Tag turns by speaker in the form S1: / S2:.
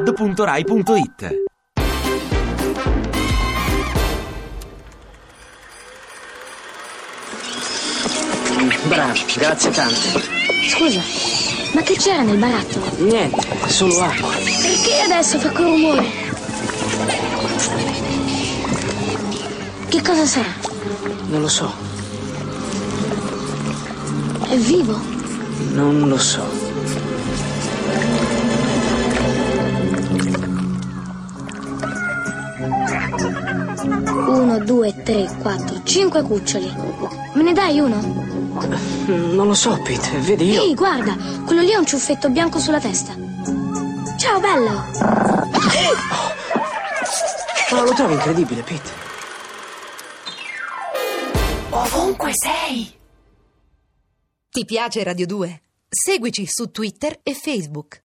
S1: radio2pod.rai.it
S2: Bravo, grazie tante.
S3: Scusa, ma che c'era nel barattolo?
S2: Niente, solo acqua.
S3: Perché adesso fa quel rumore? Che cosa sarà?
S2: Non lo so,
S3: È vivo?
S2: non lo so.
S3: Uno, due, tre, quattro, cinque cuccioli. Me ne dai uno?
S2: Non lo so, Pete. Vedi io.
S3: Ehi, guarda, quello lì ha un ciuffetto bianco sulla testa. Ciao, bello!
S2: Ma lo trovo incredibile, Pete.
S4: Ti piace Radio 2? Seguici su Twitter e Facebook.